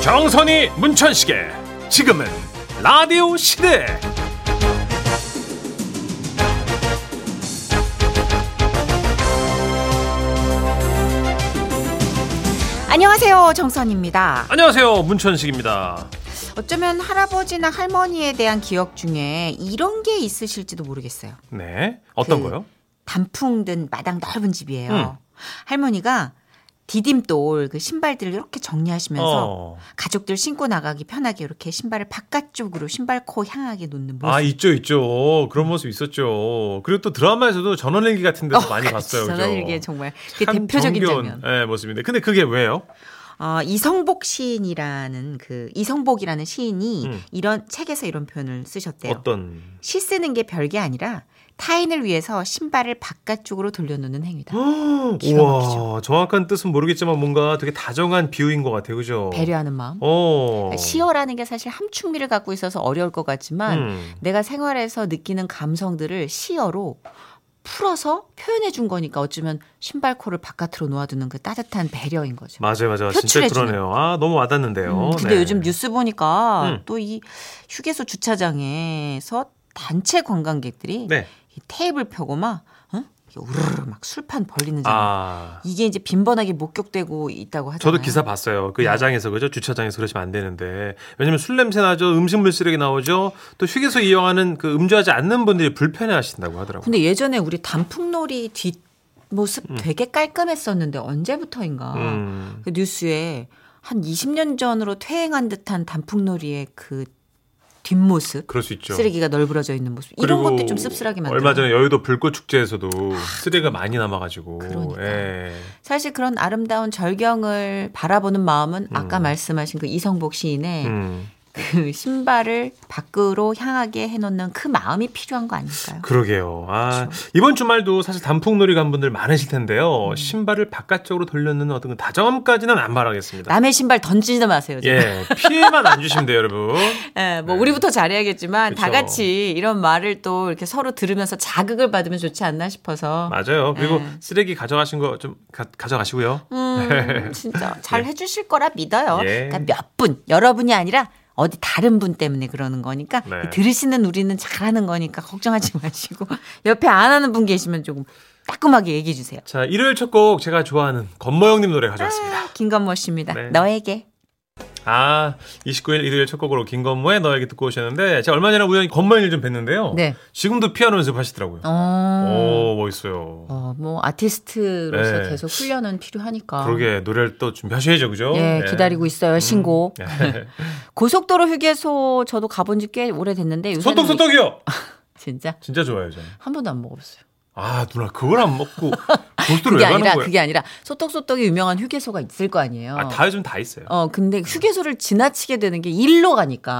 정선이 문천식의 지금은 라디오 시대 안녕하세요 정선입니다. 안녕하세요 문천식입니다 어쩌면 할아버지나 할머니에 대한 기억 중에 이런 게 있으실지도 모르겠어요. 네 어떤 그 거요? 단풍 든 마당 넓은 집이에요. 음. 할머니가 디딤돌 그 신발들을 이렇게 정리하시면서 어. 가족들 신고 나가기 편하게 이렇게 신발을 바깥쪽으로 신발코 향하게 놓는 모습. 아 있죠 있죠 그런 모습 있었죠 그리고 또 드라마에서도 전원일기 같은 데도 많이 봤어요 그죠? 그렇죠. 전화일기에 정말 그 참 대표적인 정겨운, 장면. 예, 모습인데 근데 그게 왜요? 어, 이성복 시인이라는 그 이성복이라는 시인이 음. 이런 책에서 이런 표현을 쓰셨대요. 어떤 시 쓰는 게 별게 아니라 타인을 위해서 신발을 바깥쪽으로 돌려놓는 어. 행위다. 기가 막히죠. 우와 정확한 뜻은 모르겠지만 뭔가 되게 다정한 비유인 것 같아요 그죠? 배려하는 마음. 어. 시어라는 게 사실 함축미를 갖고 있어서 어려울 것 같지만 음. 내가 생활에서 느끼는 감성들을 시어로 풀어서 표현해 준 거니까 어쩌면 신발코를 바깥으로 놓아두는 그 따뜻한 배려인 거죠. 맞아요, 맞아요. 진짜 표출해주는. 그러네요. 아, 너무 와닿는데요. 음, 근데 네. 요즘 뉴스 보니까 음. 또 이 휴게소 주차장에서 단체 관광객들이 네. 이 테이블 펴고 막 어? 이렇게 우르르 막 술판 벌리는 장면. 아, 이게 이제 빈번하게 목격되고 있다고 하잖아요. 네. 저도 기사 봤어요. 그 야장에서 그죠? 주차장에서 그러시면 안 되는데. 왜냐면 술 냄새 나죠. 음식물 쓰레기 나오죠. 또 휴게소 이용하는 그 음주하지 않는 분들이 불편해 하신다고 하더라고요. 근데 예전에 우리 단풍놀이 뒷모습 되게 깔끔했었는데 언제부터인가 음. 그 뉴스에 한 20년 전으로 퇴행한 듯한 단풍놀이의 그 뒷모습 그럴 수 있죠. 쓰레기가 널브러져 있는 모습 이런 그리고 것도 좀 씁쓸하게 만들어. 얼마 전에 여의도 불꽃 축제에서도 쓰레기가 많이 남아가지고. 그러니까. 예. 사실 그런 아름다운 절경을 바라보는 마음은 아까 말씀하신 그 이성복 시인의 음. 그 신발을 밖으로 향하게 해놓는 그 마음이 필요한 거 아닐까요? 그러게요. 아, 그렇죠. 이번 주말도 사실 단풍놀이 간 분들 많으실 텐데요. 음. 신발을 바깥쪽으로 돌려는 어떤 그 다정함까지는 안 바라겠습니다. 남의 신발 던지지 마세요. 제발. 예, 피해만 안 주시면 돼요, 여러분. 예, 뭐 네. 우리부터 잘해야겠지만 다 그쵸. 같이 이런 말을 또 이렇게 서로 들으면서 자극을 받으면 좋지 않나 싶어서. 맞아요. 그리고 네. 쓰레기 가져가신 거 좀 가져가시고요. 음, 진짜 잘 해주실 거라 믿어요. 예. 그러니까 몇 분, 여러분이 아니라 어디 다른 분 때문에 그러는 거니까 네. 들으시는 우리는 잘하는 거니까 걱정하지 마시고 옆에 안 하는 분 계시면 조금 따끔하게 얘기해 주세요. 자, 일요일 첫 곡 제가 좋아하는 건모형님 노래 가져왔습니다. 아. 김건모 씨입니다. 네. 너에게. 아, 29일 일요일 첫 곡으로 김건모의 너에게 듣고 오셨는데 제가 얼마 전에 우연히 건모형님 좀 뵀는데요. 네. 지금도 피아노 연습하시더라고요. 어. 어. 오, 멋있어요. 어, 뭐 아티스트로서 네. 계속 훈련은 필요하니까. 그러게 노래를 또 준비하셔야죠, 그죠? 아. 예, 네. 기다리고 있어요. 신고. 예. 고속도로 휴게소 저도 가본 지 꽤 오래됐는데 요새는 뭐- 소떡소떡이요. 진짜 진짜 좋아요, 저는. 한 번도 안 먹어봤어요. 아, 누나 그걸 안 먹고 고스톱을 왜 그게 가는 아니라 거예요? 그게 아니라 소떡소떡이 유명한 휴게소가 있을 거 아니에요. 아, 다 요즘 다 있어요. 어 근데 휴게소를 지나치게 되는 게 일로 가니까.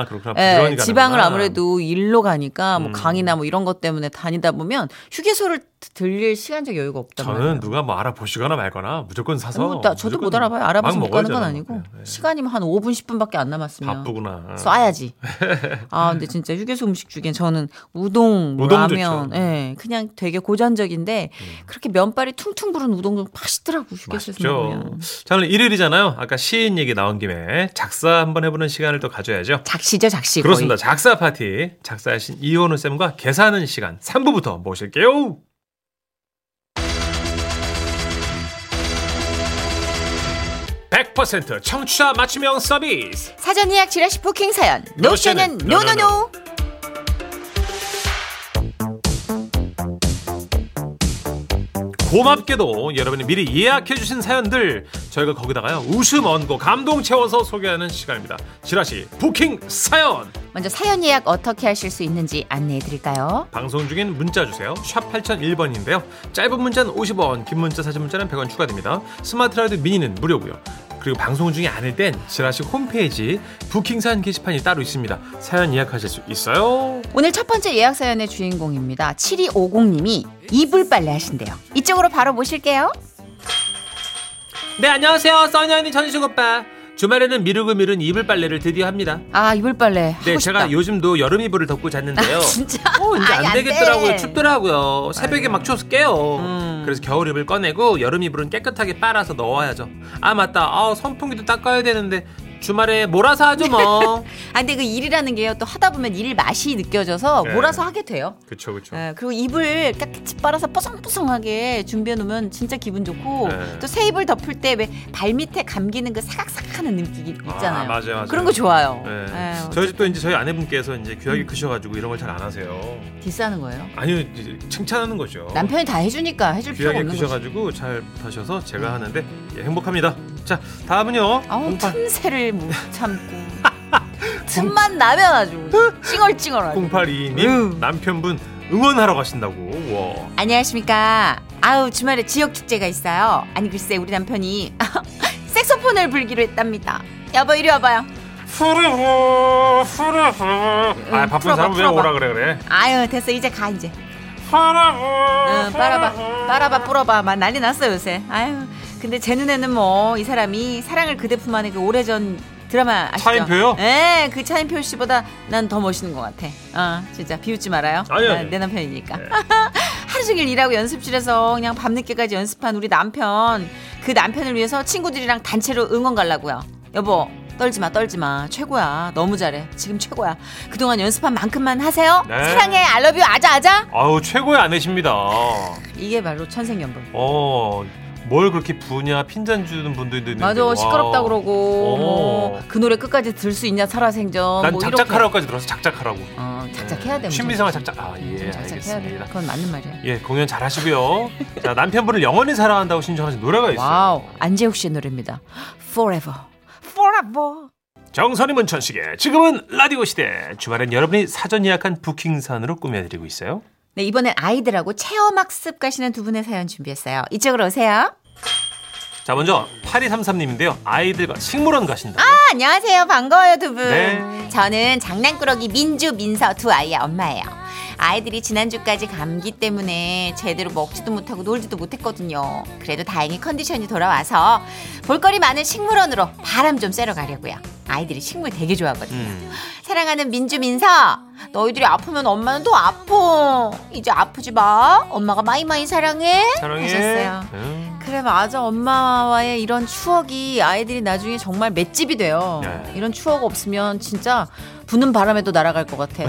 아, 그렇구나. 예, 부지런히 가는구나. 지방을 아무래도 일로 가니까 뭐 음. 강이나 뭐 이런 것 때문에 다니다 보면 휴게소를 드- 들릴 시간적 여유가 없단 저는 그러니까 말이에요. 누가 뭐 알아보시거나 말거나 무조건 사서. 뭐, 나, 저도 무조건 못 알아봐요. 알아봐서 막 못 가는 건 먹어야잖아요. 아니고 네, 네. 시간이면 뭐 한 5분 10분밖에 안 남았으면 바쁘구나. 쏴야지. 아, 근데 진짜 휴게소 음식 중에 저는 우동, 뭐 우동 라면, 좋죠. 예, 그냥 되게 고전적인데 그렇게 면발이 퉁퉁 부른 우동 좀 파시더라고 휴게소에서 음. 맞죠. 먹으면. 저는 일요일이잖아요. 아까 시인 얘기 나온 김에 작사 한번 해보는 시간을 또 가져야죠. 작시죠, 작시. 그렇습니다. 거의. 작사 파티. 작사하신 이현우 쌤과 계산하는 시간 3부부터 모실게요. (100%) 청취자 맞춤형 서비스 사전 예약 지라시 포킹 사연. 노션은 노션은 노노노. 노노노. 고맙게도 여러분이 미리 예약해주신 사연들 저희가 거기다가요 웃음 얹고 감동 채워서 소개하는 시간입니다 지라시 부킹 사연 먼저 사연 예약 어떻게 하실 수 있는지 안내해 드릴까요? 방송 중엔 문자 주세요. 샵 8001번인데요. 짧은 문자는 50원, 긴 문자 사진 문자는 100원 추가됩니다. 스마트 라디오 미니는 무료고요. 그리고 방송 중이 아닐 땐 지라시 홈페이지 부킹산 게시판이 따로 있습니다. 사연 예약하실 수 있어요. 오늘 첫 번째 예약 사연의 주인공입니다. 7250님이 이불 빨래 하신대요. 이쪽으로 바로 모실게요. 네, 안녕하세요. 써니 언니 전식 오빠. 주말에는 미루고 미룬 이불 빨래를 드디어 합니다. 아, 이불 빨래 하고 네, 싶다. 제가 요즘도 여름 이불을 덮고 잤는데요. 진짜. 어, 이제 아니, 안 안 되겠더라고요. 돼. 춥더라고요. 새벽에 막 추워서 깨요. 음. 그래서 겨울 이불 꺼내고 여름 이불은 깨끗하게 빨아서 넣어야죠. 아 맞다. 아 선풍기도 닦아야 되는데 주말에 몰아서 하죠 뭐. 아, 근데 그 일이라는 게요. 또 하다 보면 일 맛이 느껴져서 네. 몰아서 하게 돼요. 그쵸 그쵸. 예, 그리고 입을 깨끗이 빨아서 뽀송뽀송하게 준비해 놓으면 진짜 기분 좋고 네. 또 새 입을 덮을 때 왜 발 밑에 감기는 그 사각사각하는 느낌 있잖아요. 아, 맞아요, 맞아요. 그런 거 좋아요. 네. 예, 저희 집도 이제 저희 아내분께서 이제 귀하게 크셔가지고 이런 걸 잘 안 하세요. 디스하는 거예요. 아니요, 이제 칭찬하는 거죠. 남편이 다 해주니까 해줄 필요가 귀하게 없는 거죠. 크셔가지고 잘 못하셔서 제가 하는데 예, 행복합니다. 자, 다음은요. 아우 08 틈새를 못 참고 틈만 나면 아주 찡얼찡얼하고 0822님 음. 남편분 응원하러 가신다고. 와. 안녕하십니까. 아우 주말에 지역 축제가 있어요. 아니 글쎄 우리 남편이 색소폰을 불기로 했답니다. 여보 이리 와봐요. 후루후 후루후. 아 바쁜 음, 풀어봐, 사람 왜 풀어봐. 음, 오라 그래 그래. 아유 됐어 이제 가 이제. 후루후. 어, 응, 빨아봐, 빨아봐, 뿌려봐, 막 난리 났어 요새. 아유, 근데 제 눈에는 뭐 이 사람이 사랑을 그대 품 안에 그 오래전 드라마 아시죠? 차인표요? 예, 그 차인표 씨보다 난 더 멋있는 것 같아. 아, 진짜 비웃지 말아요. 아니요, 네. 나- 아니요. 내 남편이니까. 하루 종일 일하고 연습실에서 그냥 밤늦게까지 연습한 우리 남편. 그 남편을 위해서 친구들이랑 단체로 응원 가려고요. 여보, 떨지 마, 떨지 마. 최고야. 너무 잘해. 지금 최고야. 그동안 연습한 만큼만 하세요. 네. 사랑해. 알러뷰 아자 아자. 아우 최고의 아내십니다. 이게 바로 천생연분. 어, 뭘 그렇게 부냐 핀잔 주는 분도 있는데. 맞아 네, 와. 시끄럽다 그러고 어. 뭐, 그 노래 끝까지 들 수 있냐 살아생전 난 뭐 작작하라고까지 들어서 작작하라고. 이렇게. 어, 작작해야 돼 신비상을 작작. 아, 무조건. 예, 음, 작작해야 돼 알겠습니다. 그건 맞는 말이야 예, 공연 잘 하시고요. 자, 남편분을 영원히 사랑한다고 신청하신 노래가 있어요. 와우 안재욱 씨의 노래입니다 Forever Forever 정선이 문천식의 지금은 라디오 시대. 주말엔 여러분이 사전 예약한 부킹산으로 꾸며드리고 있어요. 네 이번엔 아이들하고 체험학습 가시는 두 분의 사연 준비했어요 이쪽으로 오세요 자, 먼저 8233님인데요. 아이들과 식물원 가신다고. 아, 안녕하세요. 반가워요, 두 분. 네. 저는 장난꾸러기 민주, 민서 두 아이의 엄마예요. 아이들이 지난주까지 감기 때문에 제대로 먹지도 못하고 놀지도 못했거든요. 그래도 다행히 컨디션이 돌아와서 볼거리 많은 식물원으로 바람 좀 쐬러 가려고요. 아이들이 식물 되게 좋아하거든요. 음. 사랑하는 민주, 민서. 너희들이 아프면 엄마는 더 아파. 이제 아프지 마. 엄마가 마이마이 사랑해. 사랑해. 하셨어요. 음. 그래 맞아 엄마와의 이런 추억이 아이들이 나중에 정말 맷집이 돼요 네. 이런 추억 없으면 진짜 부는 바람에도 날아갈 것 같아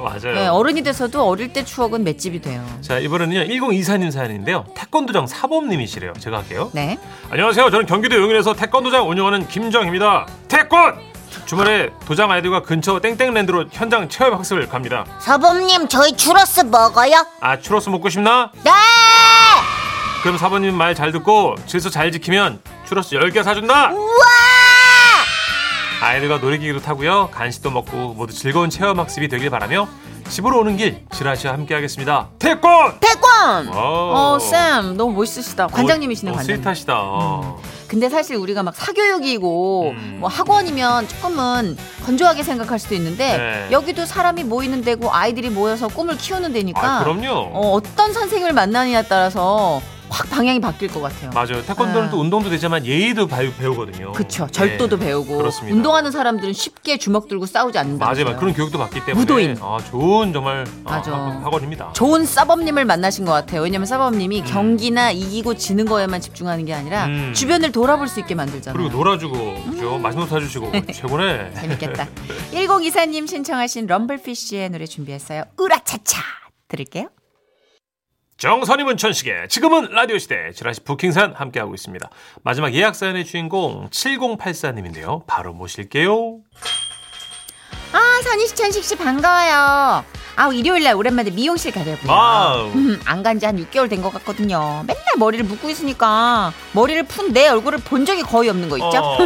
맞아요. 네, 어른이 돼서도 어릴 때 추억은 맷집이 돼요 자, 이번에는요. 1024님 사연인데요. 태권도장 사범님이시래요. 제가 할게요. 네 안녕하세요. 저는 경기도 용인에서 태권도장 운영하는 김정입니다. 태권! 주말에 도장 아이들과 근처 땡땡랜드로 현장 체험 학습을 갑니다. 사범님 저희 추러스 먹어요? 아, 추러스 먹고 싶나? 네! 그럼 사부님 말 잘 듣고 질서 잘 지키면 추러스 10개 사준다! 우와! 아이들과 놀이기구도 타고요. 간식도 먹고 모두 즐거운 체험 학습이 되길 바라며 집으로 오는 길 지라시와 함께 하겠습니다. 태권! 태권 오. 어쌤 너무 멋있으시다 관장님이시네 어, 관장님 음. 스윗하시다. 근데 사실 우리가 막 사교육이고 음. 뭐 학원이면 조금은 건조하게 생각할 수도 있는데 네. 여기도 사람이 모이는 데고 아이들이 모여서 꿈을 키우는 아, 데니까 그럼요. 어, 어떤 선생님을 만나느냐에 따라서 확 방향이 바뀔 것 같아요. 맞아요. 태권도는 아. 또 운동도 되지만 예의도 배- 배우거든요. 그쵸. 절도도 네. 배우고 그렇습니다. 운동하는 사람들은 쉽게 주먹 들고 싸우지 않는다. 맞아요. 맞아요. 그런 교육도 받기 때문에 그러니까. 무도인. 아, 좋은 정말 아, 맞아. 학- 학원입니다. 좋은 싸범님을 만나신 것 같아요. 왜냐면 싸범님이 경기나 이기고 지는 거에만 집중하는 게 아니라 음. 주변을 돌아볼 수 있게 만들잖아요. 그리고 놀아주고 그죠? 음. 맛있는 거 사주시고 최고네. 재밌겠다. 1024님 신청하신 럼블피쉬의 노래 준비했어요. 으라차차 들을게요. 정선이 문천식의 지금은 라디오 시대 지라시 부킹산 함께하고 있습니다. 마지막 예약 사연의 주인공 7084님인데요. 바로 모실게요. 아 선희씨 천식씨 반가워요. 아우 일요일날 오랜만에 미용실 가려고요. 음, 와우. 안 간 지 한 6개월 된 것 같거든요. 맨날 머리를 묶고 있으니까 머리를 푼 내 얼굴을 본 적이 거의 없는 거 있죠? 어.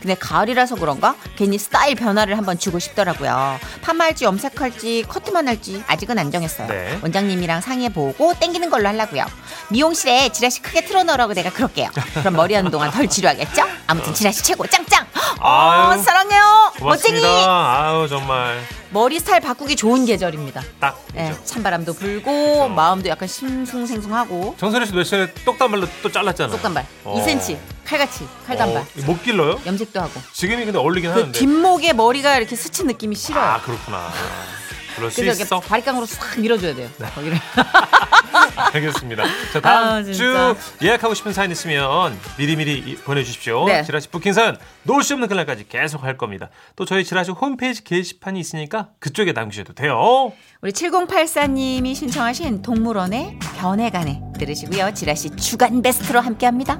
근데 가을이라서 그런가 괜히 스타일 변화를 한번 주고 싶더라고요. 파마할지 염색할지 커트만 할지 아직은 안 정했어요. 네. 원장님이랑 상의해보고 땡기는 걸로 하려고요. 미용실에 지라시 크게 틀어넣으라고 내가 그럴게요. 그럼 머리 하는 동안 덜 지루하겠죠? 아무튼 지라시 최고 짱짱. 어, 아유, 사랑해요. 고맙습니다. 멋쟁이. 아유 정말 머리 스타일 바꾸기 좋은 계절입니다. 딱. 예, 그죠? 찬바람도 불고 마음도 약간 심숭생숭하고 정선이 씨몇 시간에 똑단발로 또 잘랐잖아요. 속단발 어. 2cm 칼같이 칼단발 어, 못 길러요? 염색도 하고 지금이 근데 어울리긴 그 하는데. 뒷목에 머리가 이렇게 스친 느낌이 싫어요. 아 그렇구나. 그럴 수 그래서 이렇게 있어. 네. 바리깡으로 싹 밀어줘야 돼요. 거기를 알겠습니다. 자, 다음 아, 진짜. 주 예약하고 싶은 사연 있으면 미리미리 이- 보내주십시오. 네. 지라시 부킹 사연 놓을 수 없는 그날까지 계속 할 겁니다. 또 저희 지라시 홈페이지 게시판이 있으니까 그쪽에 남기셔도 돼요. 우리 7084님이 신청하신 동물원의 변해가네 들으시고요. 지라시 주간 베스트로 함께합니다.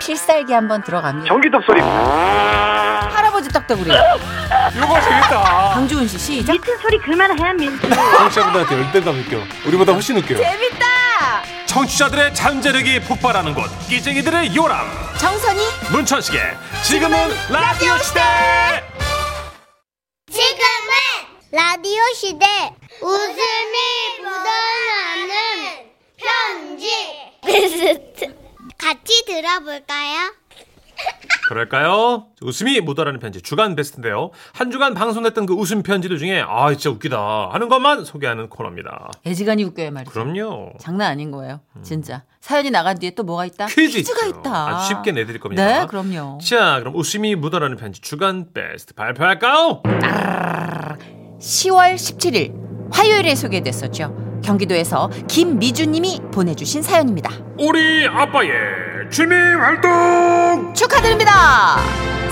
필살기 한번 들어갑니다. 전기톱 소리. 할아버지 떡떡구리. 이거 재밌다. 강주훈 씨 시작. 미친 소리 그만해 민수 청취자분들한테 열등감 느껴. 우리보다 훨씬 느껴. 재밌다. 청취자들의 잠재력이 폭발하는 곳. 끼쟁이들의 요람. 정선이 문천식의 지금은 라디오 시대. 지금은 라디오 시대 웃음이 묻어나는 편지 베스트 같이 들어볼까요? 그럴까요? 웃음이 묻어라는 편지 주간 베스트인데요. 한 주간 방송됐던 그 웃음 편지들 중에 아 진짜 웃기다 하는 것만 소개하는 코너입니다. 애지간히 웃겨요 말이죠. 그럼요. 음. 장난 아닌 거예요. 진짜. 사연이 나간 뒤에 또 뭐가 있다? 퀴즈 가 있죠. 있다. 아주 쉽게 내드릴 겁니다. 네, 그럼요. 자, 그럼 웃음이 묻어라는 편지 주간 베스트 발표할까요? 10월 17일 화요일에 소개됐었죠. 경기도에서 김미주님이 보내주신 사연입니다. 우리 아빠의 취미 활동. 축하드립니다.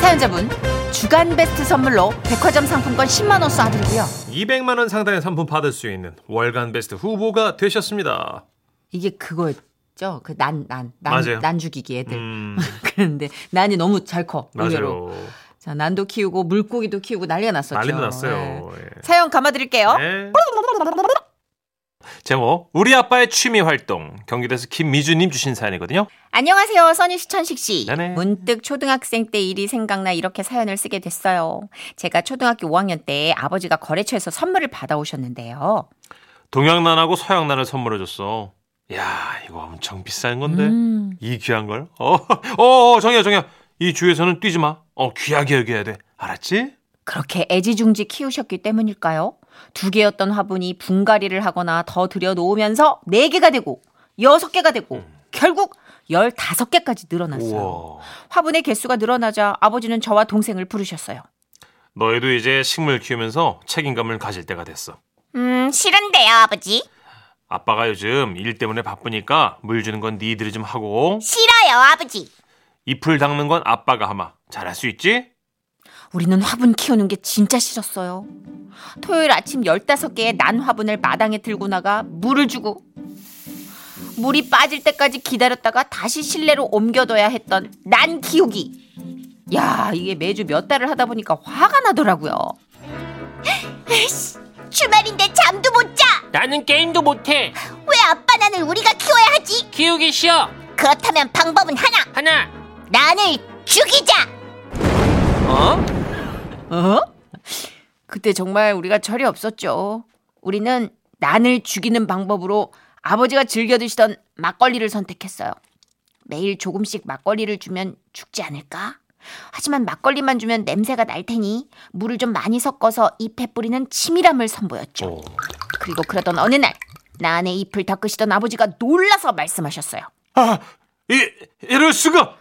사연자분 주간 베스트 선물로 백화점 상품권 10만 원 쏴드리고요. 200만 원 상당의 상품 받을 수 있는 월간 베스트 후보가 되셨습니다. 이게 그거였죠. 그 난 난 맞아요. 난, 난 죽이기 애들. 음, 그런데 난이 너무 잘 커. 네. 의외로. 맞아요. 자 난도 키우고 물고기도 키우고 난리가 났었죠. 난리도 네. 났어요. 예. 사연 감아드릴게요. 네. 제목 우리 아빠의 취미 활동 경기도에서 김미주님 주신 사연이거든요. 안녕하세요, 써니 수천식 씨. 네네. 문득 초등학생 때 일이 생각나 이렇게 사연을 쓰게 됐어요. 제가 초등학교 5학년 때 아버지가 거래처에서 선물을 받아오셨는데요. 동양난하고 서양난을 선물해줬어. 야 이거 엄청 비싼 건데 음. 이 귀한 걸. 어, 어, 어 정이야 정이야 이 주위에서는 뛰지 마. 어 귀하게 여겨야 돼. 알았지? 그렇게 애지중지 키우셨기 때문일까요? 두 개였던 화분이 분갈이를 하거나 더 들여놓으면서 네 개가 되고 여섯 개가 되고 결국 열다섯 개까지 늘어났어요. 음. 우와. 화분의 개수가 늘어나자 아버지는 저와 동생을 부르셨어요. 너희도 이제 식물 키우면서 책임감을 가질 때가 됐어. 음 싫은데요 아버지 아빠가 요즘 일 때문에 바쁘니까 물 주는 건 니들이 좀 하고 싫어요 아버지 잎을 닦는 건 아빠가 하마. 잘할 수 있지? 우리는 화분 키우는 게 진짜 싫었어요. 토요일 아침 15개의 난 화분을 마당에 들고 나가 물을 주고 물이 빠질 때까지 기다렸다가 다시 실내로 옮겨둬야 했던 난 키우기. 야, 이게 매주 몇 달을 하다 보니까 화가 나더라고요. 주말인데 잠도 못 자 왜 나는 게임도 못해. 아빠 나는 우리가 키워야 하지? 키우기 싫어. 그렇다면 방법은 하나 하나. 나를 죽이자 어? 그때 정말 우리가 철이 없었죠. 우리는 난을 죽이는 방법으로 아버지가 즐겨 드시던 막걸리를 선택했어요. 매일 조금씩 막걸리를 주면 죽지 않을까? 하지만 막걸리만 주면 냄새가 날 테니 물을 좀 많이 섞어서 잎에 뿌리는 치밀함을 선보였죠. 오. 그리고 그러던 어느 날 난의 잎을 닦으시던 아버지가 놀라서 말씀하셨어요. 아, 이, 이럴 수가!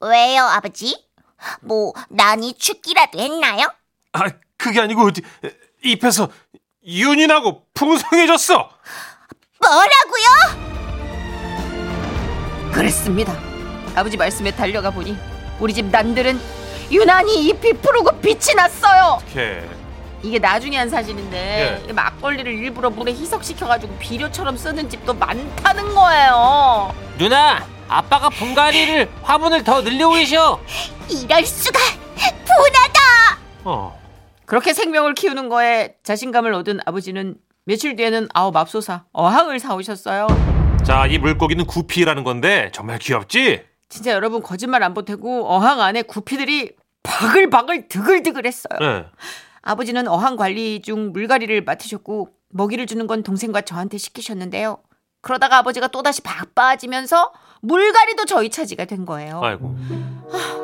왜요 아버지? 뭐 난이 죽기라도 했나요? 아, 그게 아니고 어디 입에서 윤이 나고 풍성해졌어. 뭐라고요? 그랬습니다. 아버지 말씀에 달려가 보니 우리 집 난들은 유난히 잎이 푸르고 빛이 났어요. 이렇게 이게 나중에 한 사진인데 예. 이 막걸리를 일부러 물에 희석시켜가지고 비료처럼 쓰는 집도 많다는 거예요. 누나, 아빠가 분갈이를 화분을 더 늘려 오셔. 이럴 수가 분하다 어, 그렇게 생명을 키우는 거에 자신감을 얻은 아버지는 며칠 뒤에는 아우 맙소사 어항을 사오셨어요. 자, 이 물고기는 구피라는 건데 정말 귀엽지? 진짜 여러분 거짓말 안 보태고 어항 안에 구피들이 바글바글 드글드글했어요. 네. 아버지는 어항 관리 중 물갈이를 맡으셨고 먹이를 주는 건 동생과 저한테 시키셨는데요. 그러다가 아버지가 또다시 바빠지면서 물갈이도 저희 차지가 된 거예요. 아이고.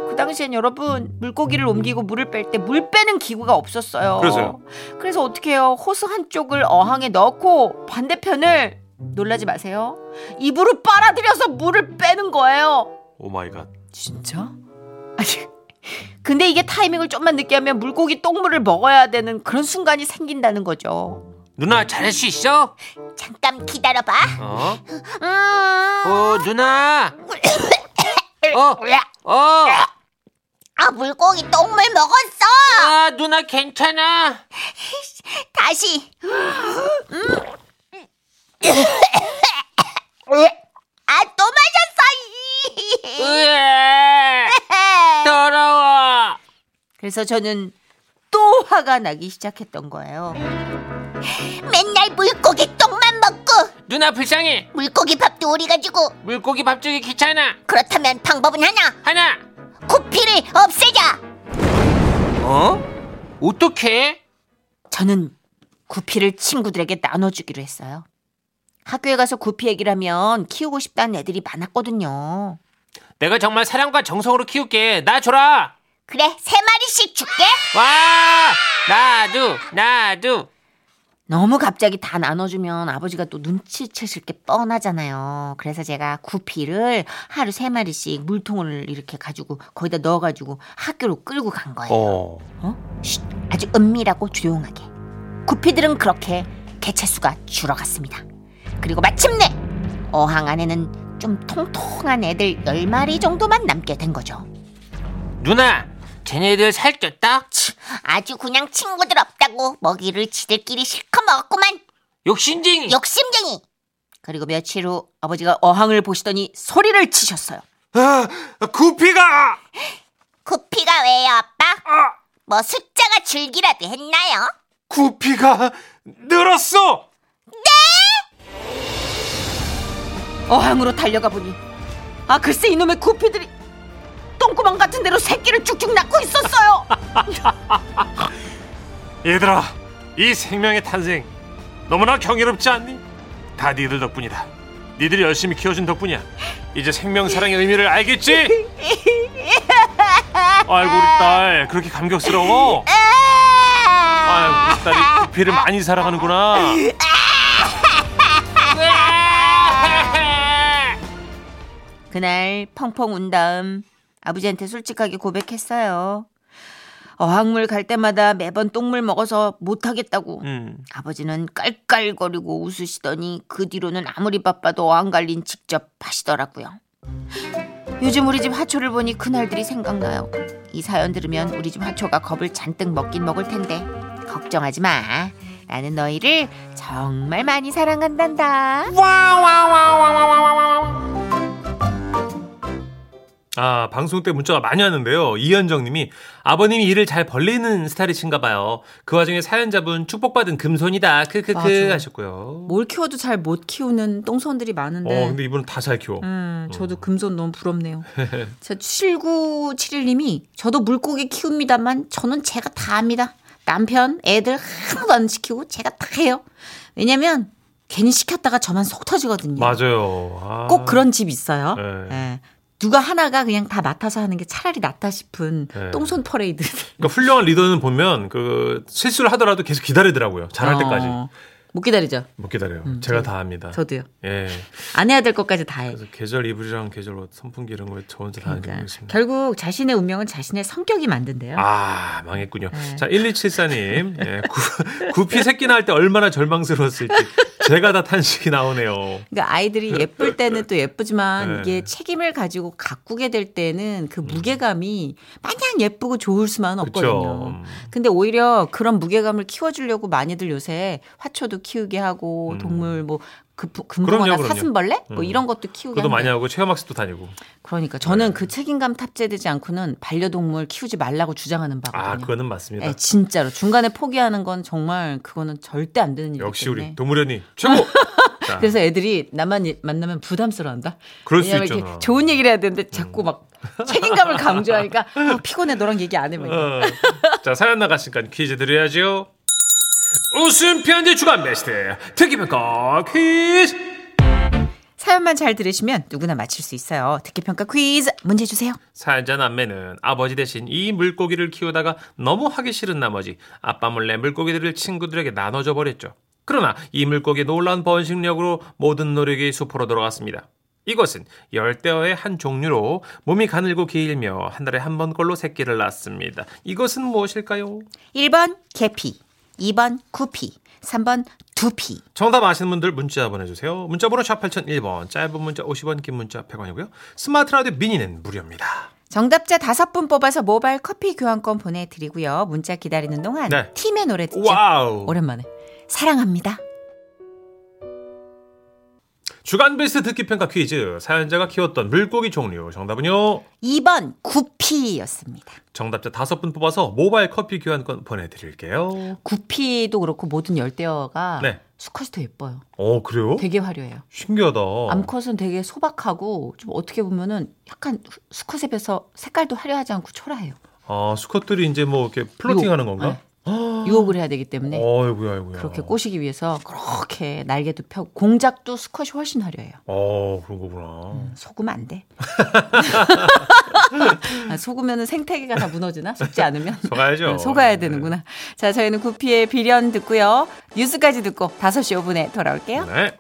그 당시엔 여러분 물고기를 옮기고 물을 뺄 때 물 빼는 기구가 없었어요. 그래서요? 그래서 어떻게 해요? 호수 한쪽을 어항에 넣고 반대편을 놀라지 마세요. 입으로 빨아들여서 물을 빼는 거예요. 오 마이 갓. 진짜? 아니 근데 이게 타이밍을 좀만 늦게 하면 물고기 똥물을 먹어야 되는 그런 순간이 생긴다는 거죠. 누나 잘할 수 있어? 잠깐 기다려봐. 어? 음, 어 누나. 어. 어. 아 물고기 똥물 먹었어. 아 누나 괜찮아. 다시. 음. 음. 아또 마셨어. 으에. 더러워. 그래서 저는 또 화가 나기 시작했던 거예요. 맨날 물고기 똥만 먹고 누나 불쌍해. 물고기 밥도 우리 가지고 물고기 밥 주기 귀찮아. 그렇다면 방법은 하나. 하나. 구피를 없애자. 어? 어떻게? 저는 구피를 친구들에게 나눠주기로 했어요. 학교에 가서 구피 얘기를 하면 키우고 싶다는 애들이 많았거든요. 내가 정말 사랑과 정성으로 키울게. 나 줘라. 그래 세 마리씩 줄게. 와. 나도 나도. 너무 갑자기 다 나눠주면 아버지가 또 눈치채실 게 뻔하잖아요. 그래서 제가 구피를 하루 세 마리씩 물통을 이렇게 가지고 거기다 넣어가지고 학교로 끌고 간 거예요. 어. 쉿, 아주 은밀하고 조용하게. 구피들은 그렇게 개체수가 줄어갔습니다. 그리고 마침내 어항 안에는 좀 통통한 애들 10마리 정도만 남게 된 거죠. 누나. 쟤네들 살쪘다? 아주 그냥 친구들 없다고 먹이를 지들끼리 실컷 먹었구만. 욕심쟁이. 욕심쟁이. 네. 그리고 며칠 후 아버지가 어항을 보시더니 소리를 치셨어요. 아, 구피가. 구피가 왜요, 아빠? 뭐 숫자가 줄기라도 했나요? 구피가 늘었어. 어항으로 달려가 보니 아 글쎄 이놈의 구피들이 똥구멍 같은 데로 새끼를 쭉쭉 낳고 있었어요. 얘들아, 이 생명의 탄생 너무나 경이롭지 않니? 다 니들 덕분이다. 니들이 열심히 키워준 덕분이야. 이제 생명 사랑의 의미를 알겠지? 아이고 우리 딸 그렇게 감격스러워. 아이고 우리 딸이 구피를 많이 사랑하는구나. 그날 펑펑 운 다음 아버지한테 솔직하게 고백했어요. 어항물 갈 때마다 매번 똥물 먹어서 못하겠다고. 음. 아버지는 깔깔거리고 웃으시더니 그 뒤로는 아무리 바빠도 어항 관리는 직접 하시더라고요. 요즘 우리 집 화초를 보니 그날들이 생각나요. 이 사연 들으면 우리 집 화초가 겁을 잔뜩 먹긴 먹을 텐데 걱정하지 마. 나는 너희를 정말 많이 사랑한단다. 아 방송 때 문자가 많이 왔는데요. 이현정님이 아버님이 일을 잘 벌리는 스타일이신가 봐요. 그 와중에 사연자분 축복받은 금손이다. 크크크 맞아. 하셨고요. 뭘 키워도 잘 못 키우는 똥손들이 많은데. 어 근데 이분은 다 잘 키워. 음, 어. 저도 금손 너무 부럽네요. 자, 7971님이 저도 물고기 키웁니다만 저는 제가 다 합니다. 남편, 애들 하나도 안 시키고 제가 다 해요. 왜냐면 괜히 시켰다가 저만 속 터지거든요. 맞아요. 아. 꼭 그런 집 있어요. 네. 예. 누가 하나가 그냥 다 맡아서 하는 게 차라리 낫다 싶은 네. 똥손 퍼레이드. 그러니까 훌륭한 리더는 보면 그 실수를 하더라도 계속 기다리더라고요. 잘할 때까지 어, 못 기다리죠. 못 기다려요. 제가 다 합니다. 음, 저도요. 예. 안 해야 될 것까지 다 해. 그래서 계절 이불이랑 계절 옷, 선풍기 이런 거 저 혼자 다 하는 게 그러니까 모르겠습니다. 결국 자신의 운명은 자신의 성격이 만든대요. 아 망했군요. 네. 자 1274님 예, 구, 구피 새끼나 할 때 얼마나 절망스러웠을지 제가 다 탄식이 나오네요. 그러니까 아이들이 예쁠 때는 또 예쁘지만 네. 음. 이게 책임을 가지고 가꾸게 될 때는 그 무게감이 마냥 예쁘고 좋을 수만은 그렇죠. 없거든요. 근데 오히려 그런 무게감을 키워주려고 많이들 요새 화초도 키우게 하고 음. 동물 뭐 그 그럼요, 금붕어나 그럼요. 사슴벌레 뭐 음. 이런 것도 키우게 그것도 많이 하는데. 네. 하고 체험학습도 다니고. 그러니까 저는 그 책임감 탑재되지 않고는 반려동물 키우지 말라고 주장하는 바거든요. 아 그거는 맞습니다. 예, 진짜로 중간에 포기하는 건 정말 그거는 절대 안 되는 일이기 역시 때문에. 우리 도무련이 최고. 자, 그래서 애들이 나만 이- 만나면 부담스러워한다. 아. 그럴 수 음. 왜냐면 있잖아. 이렇게 좋은 얘기를 해야 되는데 자꾸 막 책임감을 강조하니까 아, 피곤해 너랑 얘기 안 해. 막 이렇게. 어. 자 사연 나갔으니까 퀴즈 드려야죠. 웃음 편지 주간 베스트 특기평가 퀴즈. 사연만 잘 들으시면 누구나 맞힐 수 있어요. 듣기평가 퀴즈 문제 주세요. 사연자 남매는 아버지 대신 이 물고기를 키우다가 너무 하기 싫은 나머지 아빠 몰래 물고기들을 친구들에게 나눠줘 버렸죠. 그러나 이 물고기 놀라운 번식력으로 모든 노력이 수포로 돌아갔습니다. 이것은 열대어의 한 종류로 몸이 가늘고 길며 한 달에 한 번꼴로 새끼를 낳습니다. 이것은 무엇일까요? 1번 개피, 2번 구피, 3번 두피. 정답 아시는 분들 문자 보내주세요. 문자번호 샵 8001번, 짧은 문자 50원, 긴 문자 100원이고요. 스마트 라디오 미니는 무료입니다. 정답자 다섯 분 뽑아서 모바일 커피 교환권 보내드리고요. 문자 기다리는 동안 네. 팀의 노래 듣죠. 와우! 오랜만에 사랑합니다. 주간 베스트 듣기 평가 퀴즈. 사연자가 키웠던 물고기 종류. 정답은요? 2번 구피였습니다. 정답자 다섯 분 뽑아서 모바일 커피 교환권 보내드릴게요. 구피도 그렇고 모든 열대어가 네. 수컷이 더 예뻐요. 어, 그래요? 되게 화려해요. 신기하다. 암컷은 되게 소박하고 좀 어떻게 보면은 약간 수- 수컷에 비해서 색깔도 화려하지 않고 초라해요. 아, 수컷들이 이제 뭐 이렇게 플로팅 하는 건가? 유혹을 해야 되기 때문에 아. 어이구야, 어이구야. 네. 그렇게 꼬시기 위해서 그렇게 날개도 펴고 공작도 수컷이 훨씬 화려해요. 어, 그런 거구나. 속으면 안 돼. 아, 속으면 생태계가 다 무너지나? 속지 않으면? 네, 속아야죠. 네. 속아야 되는구나. 자, 저희는 구피의 비련 듣고요. 뉴스까지 듣고 5시 5분에 돌아올게요. 네.